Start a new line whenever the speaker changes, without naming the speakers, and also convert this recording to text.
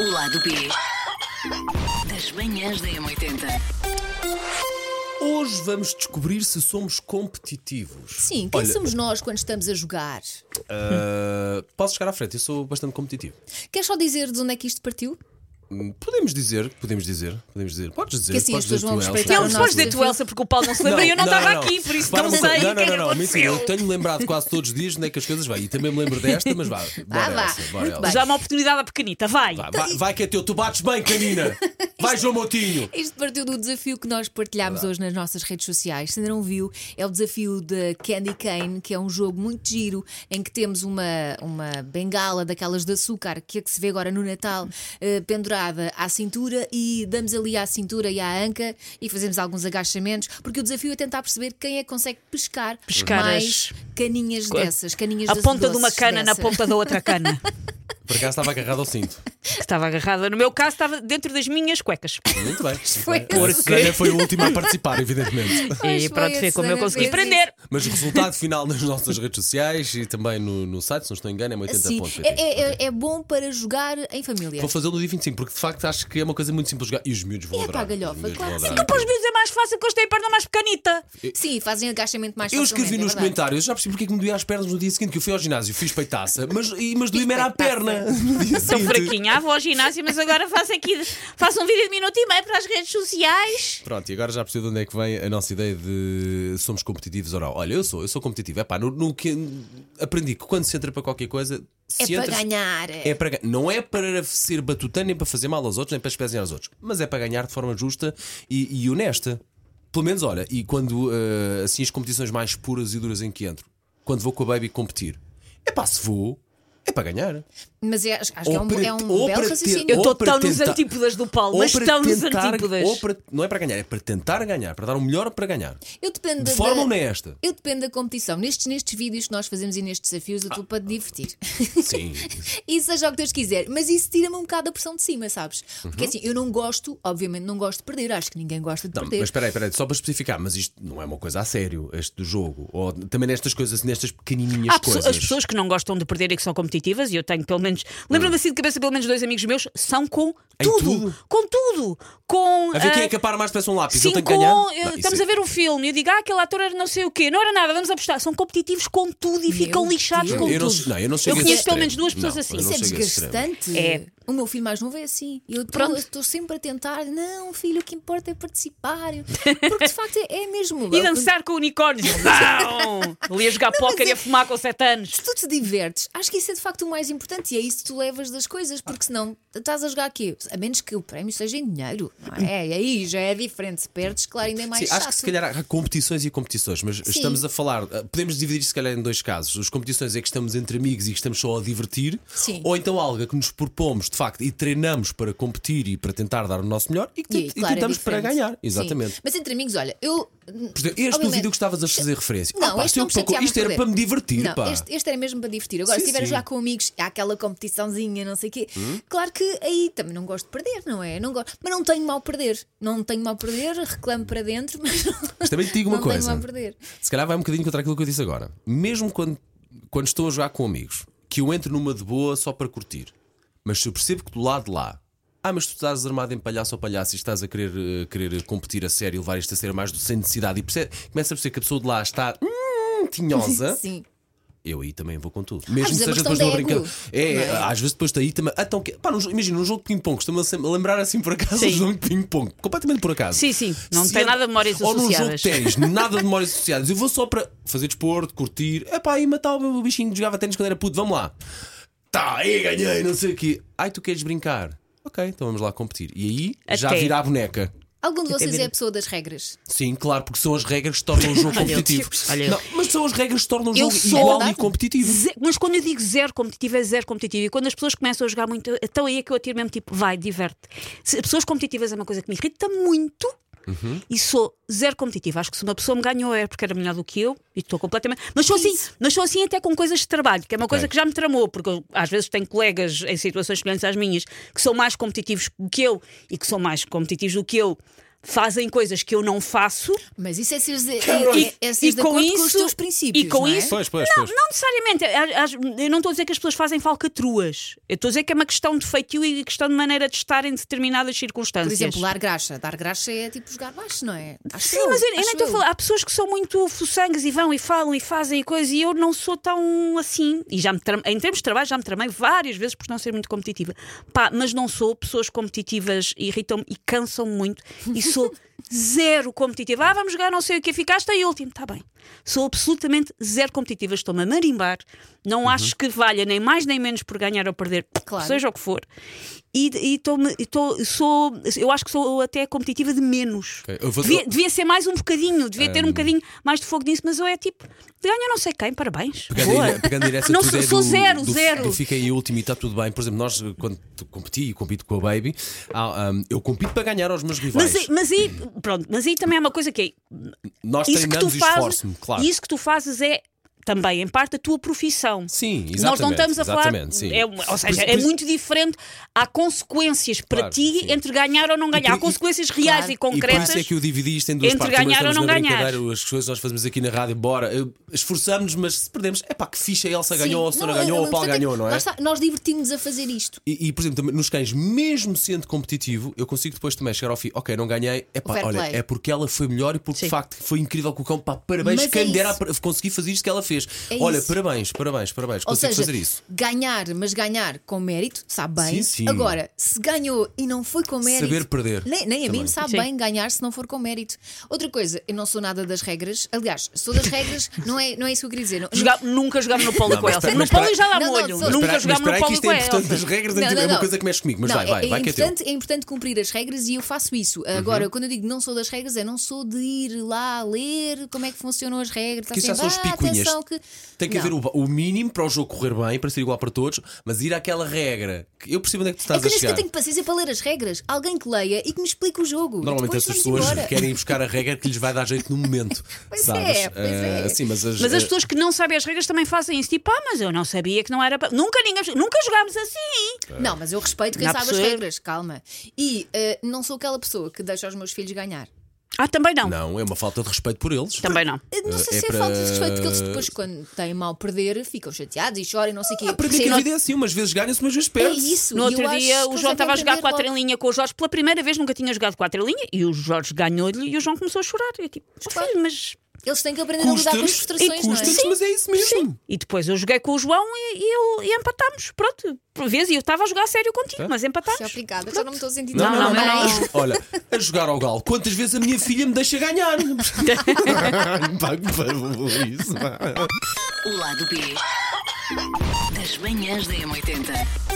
O lado B das manhãs da M80.
Hoje vamos descobrir se somos competitivos.
Sim, quem
Olha,
somos nós quando estamos a jogar?
ah, posso chegar à frente, eu sou bastante competitivo.
Queres só dizer de onde é que isto partiu?
Hum, Podemos dizer, podemos dizer, podemos dizer. Podes dizer,
Que assim
podes
as pessoas
dizer
vão
tu, Elsa.
respeitar
Não,
o
não
nosso
podes dizer tu,
desafio.
Elsa, porque o Paulo não se lembra e eu não estava aqui, por isso
Repara
não
uma coisa,
sei
Não,
o que é que
não, não, mentira, eu
aconteceu.
tenho lembrado quase todos os dias onde é que as coisas vai. E também me lembro desta, mas vá. Bora,
vá,
Elsa, bora,
muito
Elsa.
bem.
Já uma oportunidade à pequenita, vai.
Vá, vai, vai que é teu, tu bates bem, canina. Vai, João Moutinho.
Isto partiu do desafio que nós partilhámos hoje nas nossas redes sociais. Se ainda não viu, é o desafio de Candy Cane, que é um jogo muito giro em que temos uma, uma bengala daquelas de açúcar, que é que se vê agora no Natal, eh, pendurada à cintura e damos ali à cintura e à anca e fazemos alguns agachamentos, porque o desafio é tentar perceber quem é que consegue pescar
Pescar
mais caninhas dessas, caninhas
A
de
ponta de uma
doces
cana na
dessas.
ponta da outra cana.
Por acaso estava agarrado ao cinto.
Que estava agarrada. No meu caso, estava dentro das minhas cuecas.
Muito bem. muito
Foi assim.
bem. A
esse.
Susana foi o último a participar, evidentemente.
Pois é,
e
foi,
pronto,
a
foi como eu
Susana
consegui
fez
prender.
Mas o resultado final nas nossas redes sociais e também no, no site, se não estou engano, é
Sim,
80.pt.
é, é- é- é bom para jogar em família.
Vou fazê-lo no dia 25, porque de facto acho que é uma coisa muito simples de jogar. E os miúdos vão
E é
adorar.
para a galhofa,
Os miúdos
claro
vão
que
adorar.
Para os meus é mais fácil que eles têm a perna mais pequenita.
Sim, fazem agachamento mais
Eu escrevi
facilmente, é
nos
verdade.
comentários, já percebi porque é que me doía as pernas no dia seguinte, que eu fui ao ginásio, fiz peitaça, mas, e- mas doía-me era a
peitaça.
perna no dia
Estou
seguinte.
fraquinha, ah, vou ao ginásio, mas agora faço aqui faço um vídeo de minuto e meio para as redes sociais.
Pronto, e agora já percebi de onde é que vem a nossa ideia de somos competitivos ou não. Olha, eu sou, eu sou competitivo. É pá, no, no que aprendi que quando se entra para qualquer coisa,
É
se
para
entra-
ganhar.
É para, ga- não é para ser batutano, nem para fazer mal aos outros, nem para espezinhar aos outros, mas é para ganhar de forma justa e, e honesta. Pelo menos, olha, e quando eh, assim as competições mais puras e duras em que entro, quando vou com a Baby competir, é pá, se vou, é para ganhar.
Mas é, acho que é
Ou
um,
para
é um
ter- ou
belo
para ter-
raciocínio.
Eu estou
Ou para
tão nos
tentar-
antípodas do Paulo, mas
para
tão nos
tentar-
antípodas.
ou para- não é para ganhar, é para tentar ganhar, para dar o melhor para ganhar.
Eu dependo
De forma
da...
honesta.
Eu dependo da competição. Nestes, nestes vídeos que nós fazemos e nestes desafios, eu estou para te divertir.
Sim.
e seja o que Deus quiser. Mas isso tira-me um bocado a pressão de cima, sabes? Porque assim, eu não gosto, obviamente, não gosto de perder. Acho que ninguém gosta de
Uhum. Não,
perder.
mas espera aí, espera aí, só para especificar, mas isto não é uma coisa a sério, este do jogo. Ou também nestas coisas, nestas pequenininhas
Há pesso-
coisas.
as pessoas que não gostam de perder e que são competitivas, e eu tenho pelo menos, lembro-me assim de cabeça, pelo menos dois amigos meus, são com
Em
tudo,
tudo?
Com tudo. Com.
A ver quem
ah,
é que apara mais depressa um lápis.
Sim,
eu tenho que
com,
ganhar.
eh,
Não, isso
estamos
é-
a ver um filme e eu digo, ah, aquele ator era não sei o quê, não era nada, vamos apostar. São competitivos com tudo e ficam lixados
Deus.
com
eu não,
tudo.
Não, eu não
eu
chego a é esse
conheço pelo
extremo.
menos duas pessoas
Não,
assim.
eu não
Isso é
chego a esse extremo.
desgastante.
É.
O meu filho mais novo é assim. Eu
Pronto.
estou sempre a tentar. Não, filho, o que importa é participar. Porque de facto é, é mesmo.
E dançar com unicórnios. Não! Ali a jogar póquer e a fumar com 7 anos.
Se tu te divertes, acho que isso é de facto o mais importante e é isso que tu levas das coisas, porque senão estás a jogar aqui. A menos que o prémio seja em dinheiro. não É, E aí já é diferente. Se perdes, claro, ainda é
Hum.
mais
Sim,
chato.
acho que se calhar há competições e competições, mas estamos a falar, ah, podemos dividir se calhar em dois casos. As competições é que estamos entre amigos e que estamos só a divertir,
Sim.
ou então algo que nos propomos de facto e treinamos para competir e para tentar dar o nosso melhor e, que
E aí,
tent- e
claro, é
tentamos para
diferente.
ganhar.
Sim.
Exatamente.
Mas entre amigos, olha, eu.
Por exemplo, este do
Obviamente.
vídeo que estavas a fazer referência.
Não,
Ah, pá,
este
se eu
não me
para co-
chateava
isto era
perder.
para me divertir,
Não,
pá.
este, este era mesmo para divertir. Agora,
Sim,
se estiver
sim.
a
Hum?
jogar com amigos, há aquela competiçãozinha, não sei o quê. Claro que aí também não gosto de perder, não é? Não gosto, mas não tenho mal a perder. Não tenho mal a perder, reclamo para dentro, mas, não-
Mas também te digo uma
não
coisa.
tenho mal a perder.
Se calhar vai um bocadinho contra aquilo que eu disse agora. Mesmo quando, quando estou a jogar com amigos, que eu entro numa de boa só para curtir, mas se eu percebo que do lado de lá, ah, mas tu estás armado em palhaço ou palhaço e estás a querer, eh, querer competir a sério e levar isto a ser mais do sem necessidade e percebe, começa a perceber que a pessoa de lá está. Hum, tinhosa,
Sim.
eu aí também vou com tudo. Mesmo
vezes
que
é
seja
uma
depois de
questão
uma
de
brincadeira. É,
ego, não é?
às vezes depois daí também. Ah, Então, que- pá, num jo- imagina, num jogo de ping-pong, estou-me a sem- a lembrar assim por acaso um
Sim.
jogo de ping-pong, completamente por acaso.
Sim, sim, não
Se
tem
eu-
nada de memórias
Ou num jogo
associadas.
de ténis, nada de memórias associadas. Eu vou só para fazer desporto, curtir. É pá, e matar o meu bichinho que jogava ténis quando era puto, vamos lá. Tá, aí ganhei, não sei o quê. Ai, tu queres brincar? Ok, então vamos lá competir. E aí já
Até.
vira a boneca.
Algum de vocês
vida.
é a pessoa das regras?
Sim, claro, porque são as regras que tornam o jogo
Olha eu,
competitivo.
olha eu.
Não, mas são as regras que tornam o
Eu
jogo
sou-
igual e
Verdade.
competitivo.
Ze- Mas quando eu digo zero competitivo, é zero competitivo. E quando as pessoas começam a jogar muito, então aí é que eu atiro mesmo tipo, vai, diverte. Se- Pessoas competitivas é uma coisa que me irrita muito. E sou zero competitiva. Acho que se uma pessoa me ganhou é porque era melhor do que eu e estou completamente. Mas sou assim, mas sou assim até com coisas de trabalho, que é uma coisa que já me tramou, porque eu, às vezes tenho colegas em situações semelhantes às minhas que são mais competitivos do que eu e que são mais competitivos do que eu fazem coisas que eu não faço.
Mas isso é seres, de- é, é, é seres de acordo com os teus princípios.
e
não
com
é?
isso
Pois, pois,
não,
pois.
não necessariamente. É, Às- às- Eu não estou a dizer que as pessoas fazem falcatruas. Eu estou a dizer que é uma questão de feitio e questão de maneira de estar em determinadas
Por
circunstâncias.
exemplo, dar graxa. Dar graxa é tipo jogar baixo, não é? Acho
Sim, mas eu, eu nem
acho
estou a falar. Há pessoas que são muito fuçangas e vão e falam e fazem e coisas e eu não sou tão assim. E já me tra- em termos de trabalho já me tramei várias vezes por não ser muito competitiva. Pá, mas não sou. Pessoas competitivas irritam-me e cansam-me muito. E sou zero competitiva. Ah, vamos jogar não sei o que, ficaste em último. Está bem. Sou absolutamente zero competitiva. Estou-me a marimbar. Não acho que valha nem mais nem menos por ganhar ou perder.
Claro.
Seja o que for. E, e tô-me- e tô- sou, eu acho que sou até competitiva de menos.
Ok, eu Hum. vou-
Devia, devia ser mais um bocadinho, devia ter um bocadinho mais de fogo nisso, mas eu é tipo, ganha não sei quem, parabéns.
Pegando,
Boa.
aí- pegando aí nessa
não
tudo
sou,
é
sou
do-
zero,
do-
zero.
Do fica em último e está tudo bem. Por exemplo, nós, quando competi e compito com a Baby, ah, hum, eu compito para ganhar aos meus rivais.
mas, aí- mas aí, pronto, mas aí também é uma coisa que é,
nós
isso que tu
treinamos e
fazes,
esforço-me, claro.
isso que tu fazes é também em parte a tua profissão.
Sim, exatamente.
Nós não estamos a falar,
exatamente, sim.
é uma- ou seja,
Por-
é
por-
muito diferente. Há consequências para
Claro,
ti
sim.
entre ganhar ou não ganhar.
por-
Há consequências reais
Claro.
e
E por
concretas.
isso é que eu dividi isto em duas
entre
partes. Também
ganhar ou
estamos
não
na
ganhar.
brincadeira, As coisas que nós fazemos aqui na rádio, bora, eh, esforçamos-nos, mas se perdemos, é pá, que ficha, a Elsa
Sim.
ganhou, a Sora
Não,
ganhou,
eu-
ou o Paulo
portanto,
ganhou, não
lá
é?
está, nós divertimos a fazer isto.
E, e, por exemplo, também nos cães, mesmo sendo competitivo, eu consigo depois também chegar ao fim, ok, não ganhei, é
O
pá,
fair
olha,
play.
é porque ela foi melhor e porque
Sim.
de facto foi incrível com o cão, pá, parabéns,
Mas é
quem me dera
isso.
a conseguir fazer isto que ela fez.
É
olha,
isso.
parabéns, parabéns, parabéns,
Ou
consigo
seja,
fazer isso.
ganhar, mas ganhar com mérito, sabe bem.
Sim, sim.
Agora, se ganhou e não foi com mérito.
Saber perder.
Nem, nem a mim
Também.
me sabe
Sim.
bem ganhar se não for com mérito. Outra coisa, eu não sou nada das regras. Aliás, sou das regras, não é, não é isso que eu queria dizer. Não-
Joga- nunca jogámos no polo
Não,
com
mas
Elsa.
espera-
No
mas
polo
espera-
já
Não,
dá
não,
molho.
sou-
Mas
Nunca
espera- mas
jogámos no
espera aí que
polo
isto
com
é
a
importante,
Elsa.
as regras
Não, não,
é uma
não.
coisa que mexe comigo, mas
Não,
vai,
é-
vai,
é,
vai que é teu. Uhum.
importante, é importante cumprir as regras e eu faço isso. Agora, quando eu digo não sou das regras, é não sou de ir lá ler como é que funcionam as regras.
Porque isso
tá
já são os
sempre, "Ah,
picuinhas.
atenção que-"
Tem que
Não.
haver o, o mínimo para o jogo correr bem, para ser igual para todos, mas ir àquela regra que eu percebo onde é que tu
É
estás
que
a
nem sequer
chegar.
tenho paciência para ler as regras. Alguém que leia e que me explique o jogo. E
Normalmente
depois
essas
vamos
pessoas
embora.
querem ir buscar a regra que lhes vai dar jeito no momento.
Pois
sabes?
é, pois é.
Ah, sim, mas as,
Mas as
ah,
pessoas que não sabem as regras também fazem isso. Tipo, ah, mas eu não sabia que não era para. Nunca ninguém. Nunca jogámos assim.
Não, mas eu respeito quem
Não há
sabe
pessoa-
as regras, calma. E eh, não sou aquela pessoa que deixa os meus filhos ganhar.
Ah, também não.
Não, é uma falta de respeito por eles.
Também não.
Eh, Não sei
Eh, é
se é
para-
falta de respeito, porque eles depois, quando têm mal perder, ficam chateados e choram e não sei o quê.
Para mim
Sim,
que a
não-
vida é assim, umas vezes ganha-se, umas vezes
É
perde.
isso.
No
e eu
outro
acho
dia
que
o
eles
João estava a
devem
jogar
aprender
quatro
logo.
em linha com o Jorge pela primeira vez, nunca tinha jogado quatro em linha e o Jorge ganhou-lhe e o João começou a chorar. E eu tipo, "Oh, filho, mas.
Eles têm que aprender a é lidar com as
Custa-nos,
frustrações, não é?
custa-nos, mas é isso mesmo.
E depois eu joguei com o João e, e ele- e empatámos. Pronto, por vezes e eu estava a jogar a sério contigo, mas
Sim,
empatámos.
Obrigada, já não é me estou a sentir
Não,
tão
não,
bem.
não, não.
Olha, a jogar ao galo, quantas vezes a minha filha me deixa ganhar? Pá, que barulho isso, pá.
O lado B das manhãs da M80.